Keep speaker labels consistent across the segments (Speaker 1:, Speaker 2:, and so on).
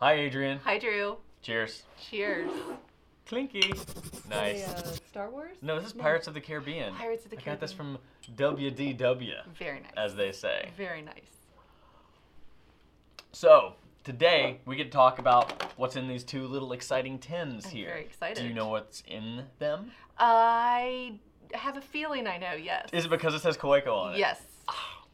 Speaker 1: Hi, Adrian.
Speaker 2: Hi, Drew.
Speaker 1: Cheers.
Speaker 2: Cheers.
Speaker 1: Clinky. Nice.
Speaker 2: Star Wars?
Speaker 1: No, this is Pirates of the Caribbean.
Speaker 2: uh, Pirates of the
Speaker 1: I got this
Speaker 2: Caribbean.
Speaker 1: from WDW,
Speaker 2: Very nice.
Speaker 1: as they say.
Speaker 2: Very nice.
Speaker 1: So today we get to talk about what's in these two little exciting tins
Speaker 2: I'm
Speaker 1: here.
Speaker 2: very excited.
Speaker 1: Do you know what's in them?
Speaker 2: I have a feeling I know, yes.
Speaker 1: Is it because it says Koeko on it?
Speaker 2: Yes.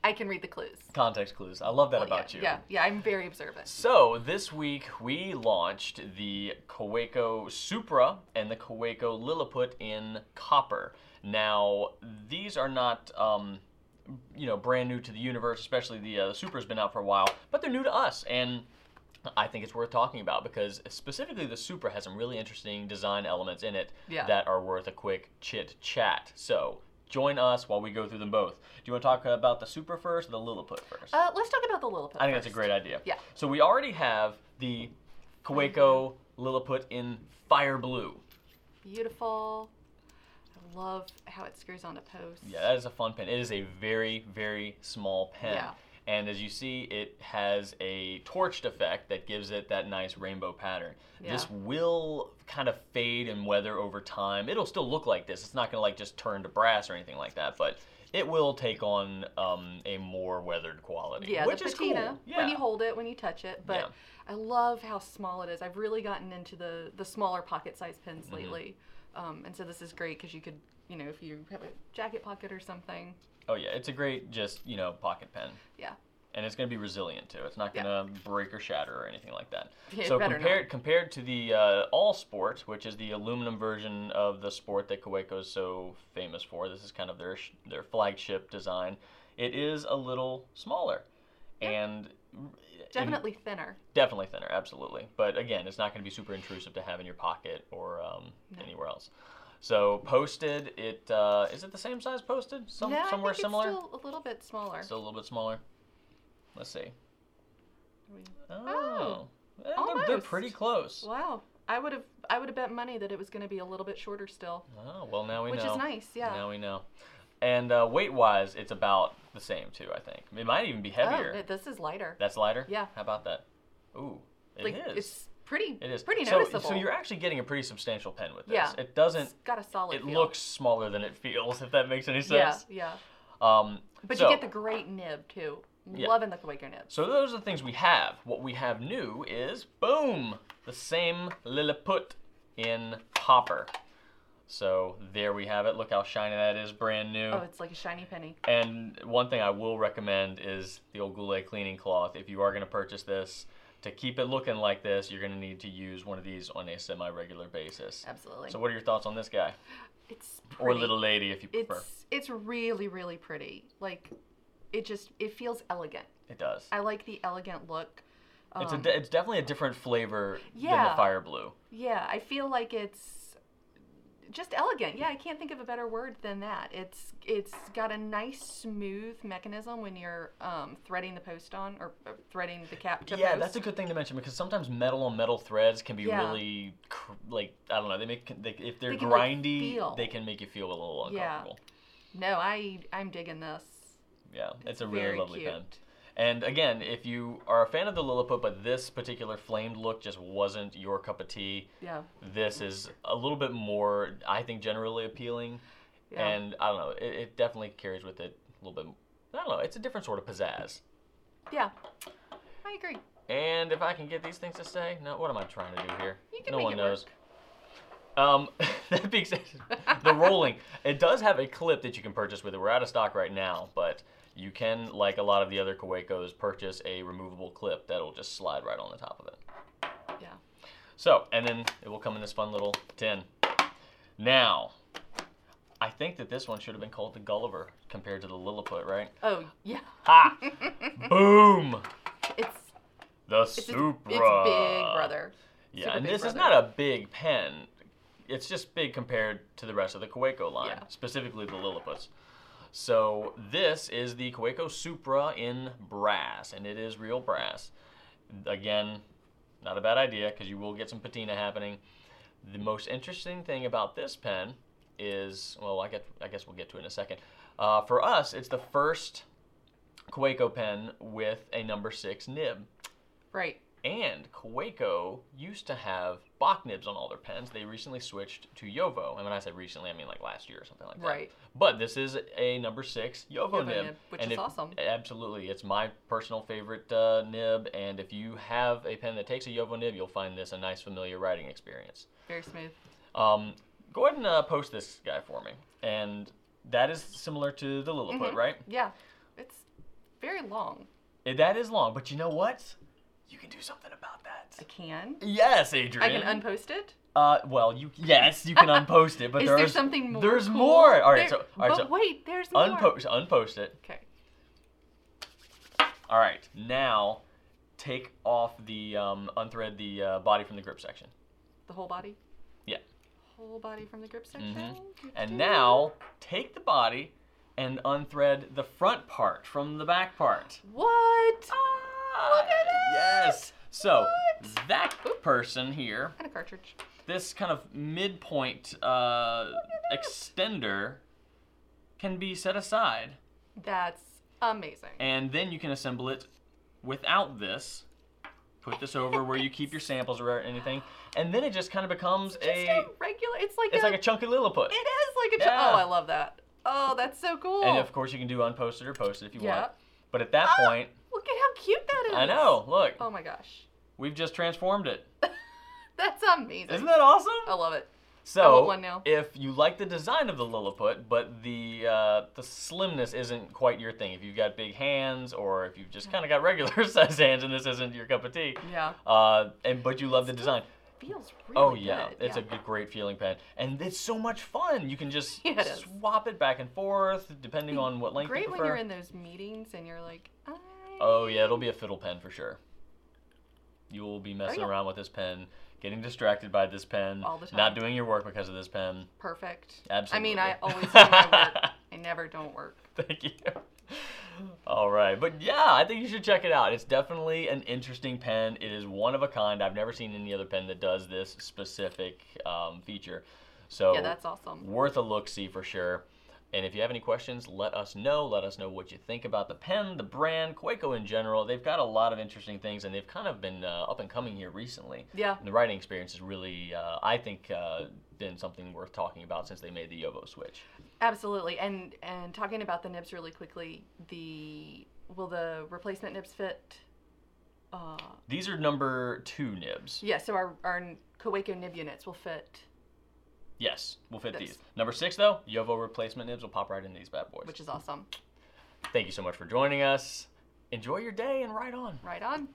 Speaker 2: I can read the clues.
Speaker 1: Context clues. I love that
Speaker 2: Well,
Speaker 1: about
Speaker 2: yeah,
Speaker 1: you.
Speaker 2: Yeah, yeah, I'm very observant.
Speaker 1: So this week we launched the Kaweco Supra and the Kaweco Lilliput in copper. Now these are not, um, you know, brand new to the universe. Especially the uh, Supra's been out for a while, but they're new to us, and I think it's worth talking about because specifically the Supra has some really interesting design elements in it
Speaker 2: Yeah.
Speaker 1: that are worth a quick chit chat. So. Join us while we go through them both. Do you want to talk about the Supra first or the Lilliput first?
Speaker 2: Uh, let's talk about the Lilliput.
Speaker 1: I think that's a
Speaker 2: first.
Speaker 1: great idea.
Speaker 2: Yeah.
Speaker 1: So we already have the Kaweco Lilliput in fire blue.
Speaker 2: Beautiful. I love how it screws onto posts.
Speaker 1: Yeah, that is a fun pen. It is a very, very small pen.
Speaker 2: Yeah.
Speaker 1: And as you see, it has a torched effect that gives it that nice rainbow pattern. This
Speaker 2: Yeah.
Speaker 1: will kind of fade and weather over time. It'll still look like this. It's not going to like just turn to brass or anything like that, but it will take on um, a more weathered quality,
Speaker 2: Yeah,
Speaker 1: which
Speaker 2: the
Speaker 1: is
Speaker 2: patina
Speaker 1: cool.
Speaker 2: when you hold it, when you touch it. But
Speaker 1: Yeah.
Speaker 2: I love how small it is. I've really gotten into the the smaller pocket sized pens
Speaker 1: Mm-hmm.
Speaker 2: lately, um, and so this is great because you could, you know, if you have a jacket pocket or something,
Speaker 1: oh yeah, it's a great just you know pocket pen.
Speaker 2: yeah,
Speaker 1: and it's going to be resilient too. It's not
Speaker 2: Yeah.
Speaker 1: going to break or shatter or anything like that.
Speaker 2: Yeah, it
Speaker 1: so
Speaker 2: better
Speaker 1: compared compared to the uh, All Sport, which is the aluminum version of the Sport that Kaweco is so famous for, this is kind of their sh- their flagship design. It is a little smaller, and and
Speaker 2: definitely thinner.
Speaker 1: definitely thinner, absolutely. But again, it's not going to be super intrusive to have in your pocket or um,
Speaker 2: No.
Speaker 1: anywhere else. So posted, it uh, is it the same size posted? Some,
Speaker 2: No, I
Speaker 1: somewhere
Speaker 2: think it's
Speaker 1: similar.
Speaker 2: still a little bit smaller.
Speaker 1: Still a little bit smaller. Let's see.
Speaker 2: I mean,
Speaker 1: Oh.
Speaker 2: Oh.
Speaker 1: Eh, they're, they're
Speaker 2: Almost.
Speaker 1: pretty close.
Speaker 2: wow, I would have I would have bet money that it was going to be a little bit shorter still,
Speaker 1: Oh, well, now we
Speaker 2: which
Speaker 1: know.
Speaker 2: is nice. Yeah.
Speaker 1: Now we know. And uh, weight wise, it's about the same, too, I think. It might even be heavier.
Speaker 2: Oh, th- this is lighter.
Speaker 1: That's lighter?
Speaker 2: Yeah.
Speaker 1: How about that? Ooh, it
Speaker 2: like
Speaker 1: is.
Speaker 2: it's pretty.
Speaker 1: It is.
Speaker 2: pretty
Speaker 1: so,
Speaker 2: noticeable.
Speaker 1: So you're actually getting a pretty substantial pen with this.
Speaker 2: Yeah.
Speaker 1: It doesn't.
Speaker 2: it's got a solid.
Speaker 1: It
Speaker 2: feel.
Speaker 1: looks smaller than it feels, if that makes any
Speaker 2: Yeah,
Speaker 1: sense.
Speaker 2: yeah.
Speaker 1: Um,
Speaker 2: But
Speaker 1: so-
Speaker 2: you get the great nib too.
Speaker 1: Yeah.
Speaker 2: Loving the Quaker nib.
Speaker 1: So those are the things we have. What we have new is boom, the same Lilliput in copper. So there we have it. Look how shiny that is, brand new.
Speaker 2: Oh, it's like a shiny penny.
Speaker 1: And one thing I will recommend is the old Goulet cleaning cloth. If you are going to purchase this, to keep it looking like this, you're going to need to use one of these on a semi-regular basis.
Speaker 2: Absolutely.
Speaker 1: So what are your thoughts on this guy
Speaker 2: it's
Speaker 1: or
Speaker 2: pretty.
Speaker 1: little lady, if you prefer?
Speaker 2: It's it's really really pretty. Like, it just it feels elegant.
Speaker 1: It does.
Speaker 2: I like the elegant look. Um,
Speaker 1: it's a de- it's definitely a different flavor than the
Speaker 2: Yeah.
Speaker 1: fire blue.
Speaker 2: yeah, I feel like it's just elegant. Yeah, I can't think of a better word than that. It's it's got a nice smooth mechanism when you're um, threading the post on or uh, threading the cap to
Speaker 1: yeah,
Speaker 2: post.
Speaker 1: that's a good thing to mention because sometimes metal on metal threads can be
Speaker 2: Yeah.
Speaker 1: really cr- like I don't know. They make they, if they're
Speaker 2: They can, like,
Speaker 1: grindy,
Speaker 2: feel.
Speaker 1: they can make you feel a little
Speaker 2: Yeah.
Speaker 1: uncomfortable.
Speaker 2: no, I I'm digging this.
Speaker 1: Yeah, it's, a
Speaker 2: very
Speaker 1: really lovely
Speaker 2: cute.
Speaker 1: pen. And again, if you are a fan of the Lilliput, but this particular flamed look just wasn't your cup of tea,
Speaker 2: Yeah.
Speaker 1: this is a little bit more, I think, generally appealing.
Speaker 2: Yeah.
Speaker 1: And I don't know, it, it definitely carries with it a little bit. I don't know, it's a different sort of pizzazz.
Speaker 2: Yeah. I agree.
Speaker 1: And if I can get these things to stay, no, what am I trying to do here?
Speaker 2: You can
Speaker 1: no
Speaker 2: make
Speaker 1: one
Speaker 2: it
Speaker 1: knows.
Speaker 2: work.
Speaker 1: Um, that being said, the rolling it does have a clip that you can purchase with it. We're out of stock right now, but you can, like a lot of the other Kawekos, purchase a removable clip that'll just slide right on the top of it.
Speaker 2: Yeah.
Speaker 1: So, and then it will come in this fun little tin. Now, I think that this one should have been called the Gulliver compared to the Lilliput, right?
Speaker 2: Oh yeah.
Speaker 1: Ha! Boom!
Speaker 2: It's
Speaker 1: The
Speaker 2: it's, a-
Speaker 1: Supra.
Speaker 2: it's big brother.
Speaker 1: Yeah,
Speaker 2: Super
Speaker 1: and
Speaker 2: Big
Speaker 1: this is
Speaker 2: Brother.
Speaker 1: not a big pen. It's just big compared to the rest of the Kaweco line,
Speaker 2: Yeah.
Speaker 1: specifically the Lilliputs. So this is the Kaweco Supra in brass, and it is real brass. Again, not a bad idea because you will get some patina happening. The most interesting thing about this pen is, well, I guess, I guess we'll get to it in a second. Uh, for us, it's the first Kaweco pen with a number six nib.
Speaker 2: Right.
Speaker 1: And Kaweco used to have Bach nibs on all their pens. They recently switched to Yovo. And when I said recently, I mean like last year or something like that.
Speaker 2: Right.
Speaker 1: But this is a number six Yovo,
Speaker 2: Yovo
Speaker 1: nib,
Speaker 2: nib, which
Speaker 1: and
Speaker 2: is
Speaker 1: if-
Speaker 2: awesome.
Speaker 1: Absolutely, it's my personal favorite uh, nib. And if you have a pen that takes a Yovo nib, you'll find this a nice familiar writing experience.
Speaker 2: Very smooth.
Speaker 1: Um, go ahead and uh, post this guy for me. And that is similar to the Lilliput,
Speaker 2: Mm-hmm.
Speaker 1: right?
Speaker 2: Yeah. It's very long.
Speaker 1: Eh, That is long, but you know what? You can do something about
Speaker 2: I
Speaker 1: that.
Speaker 2: can.
Speaker 1: Yes,
Speaker 2: I
Speaker 1: Adrian.
Speaker 2: can unpost it.
Speaker 1: uh, well, you yes, you can unpost it, but
Speaker 2: Is
Speaker 1: there's
Speaker 2: there something more?
Speaker 1: There's
Speaker 2: cool?
Speaker 1: more. All right,
Speaker 2: There-
Speaker 1: so all right,
Speaker 2: but
Speaker 1: so
Speaker 2: wait, there's more.
Speaker 1: unpost unpost it.
Speaker 2: Okay.
Speaker 1: All right, now take off the um, unthread the uh, body from the grip section.
Speaker 2: The whole body.
Speaker 1: Yeah. Mm-hmm.
Speaker 2: Whole body from the grip section.
Speaker 1: And now take the body and unthread the front part from the back part.
Speaker 2: What? Ah, Look at it!
Speaker 1: Yes. So that person here,
Speaker 2: And a cartridge.
Speaker 1: this kind of midpoint uh, extender, can be set aside,
Speaker 2: That's amazing.
Speaker 1: and then you can assemble it without this. Put this over where you keep your samples or anything, and then it just kind of becomes
Speaker 2: Just a regular. It's like
Speaker 1: It's
Speaker 2: a,
Speaker 1: like a chunky Lilliput.
Speaker 2: It is like a.
Speaker 1: Yeah.
Speaker 2: Yeah. Oh, I love that. Oh, that's so cool.
Speaker 1: And of course, you can do unposted or posted if you
Speaker 2: Yeah.
Speaker 1: want. But at that
Speaker 2: Ah!
Speaker 1: point,
Speaker 2: Look at how cute that is.
Speaker 1: I know. Look,
Speaker 2: Oh my gosh,
Speaker 1: we've just transformed it.
Speaker 2: that's amazing.
Speaker 1: Isn't that awesome?
Speaker 2: I love it.
Speaker 1: so,
Speaker 2: Oh, I want one now.
Speaker 1: if you like the design of the Lilliput, but the uh, the slimness isn't quite your thing, if you've got big hands or if you've just kind of got regular size hands and this isn't your cup of tea,
Speaker 2: Yeah.
Speaker 1: uh, and but you love the design.
Speaker 2: Feels really
Speaker 1: Oh yeah,
Speaker 2: good.
Speaker 1: it's a good, great feeling pen, and it's so much fun. You can just
Speaker 2: Yeah, it is.
Speaker 1: swap it back and forth depending on what length you
Speaker 2: Great
Speaker 1: prefer.
Speaker 2: when you're in those meetings and you're like, I...
Speaker 1: Oh yeah, it'll be a fiddle pen for sure. You will be messing
Speaker 2: yeah.
Speaker 1: around with this pen, getting distracted by this pen,
Speaker 2: All the
Speaker 1: not
Speaker 2: time.
Speaker 1: doing your work because of this pen.
Speaker 2: perfect. I
Speaker 1: Absolutely.
Speaker 2: mean, I always do my work. I never don't work.
Speaker 1: Thank you. All right, but yeah, I think you should check it out. It's definitely an interesting pen. It is one of a kind. I've never seen any other pen that does this specific um, feature. So
Speaker 2: Yeah, that's awesome.
Speaker 1: worth a look see for sure. And if you have any questions, let us know. Let us know what you think about the pen, the brand, Quaco in general. They've got a lot of interesting things, and they've kind of been uh, up and coming here recently.
Speaker 2: Yeah.
Speaker 1: And the writing experience has really, uh, I think, uh, been something worth talking about since they made the Yovo switch.
Speaker 2: Absolutely. And and talking about the nibs really quickly, the will the replacement nibs fit? Uh,
Speaker 1: These are number two nibs.
Speaker 2: yeah. So our our Kaweco nib units will fit,
Speaker 1: Yes, we'll fit
Speaker 2: This.
Speaker 1: these. Number six, though, Yovo replacement nibs will pop right into these bad boys.
Speaker 2: which is awesome.
Speaker 1: Thank you so much for joining us. Enjoy your day and ride on.
Speaker 2: Right on.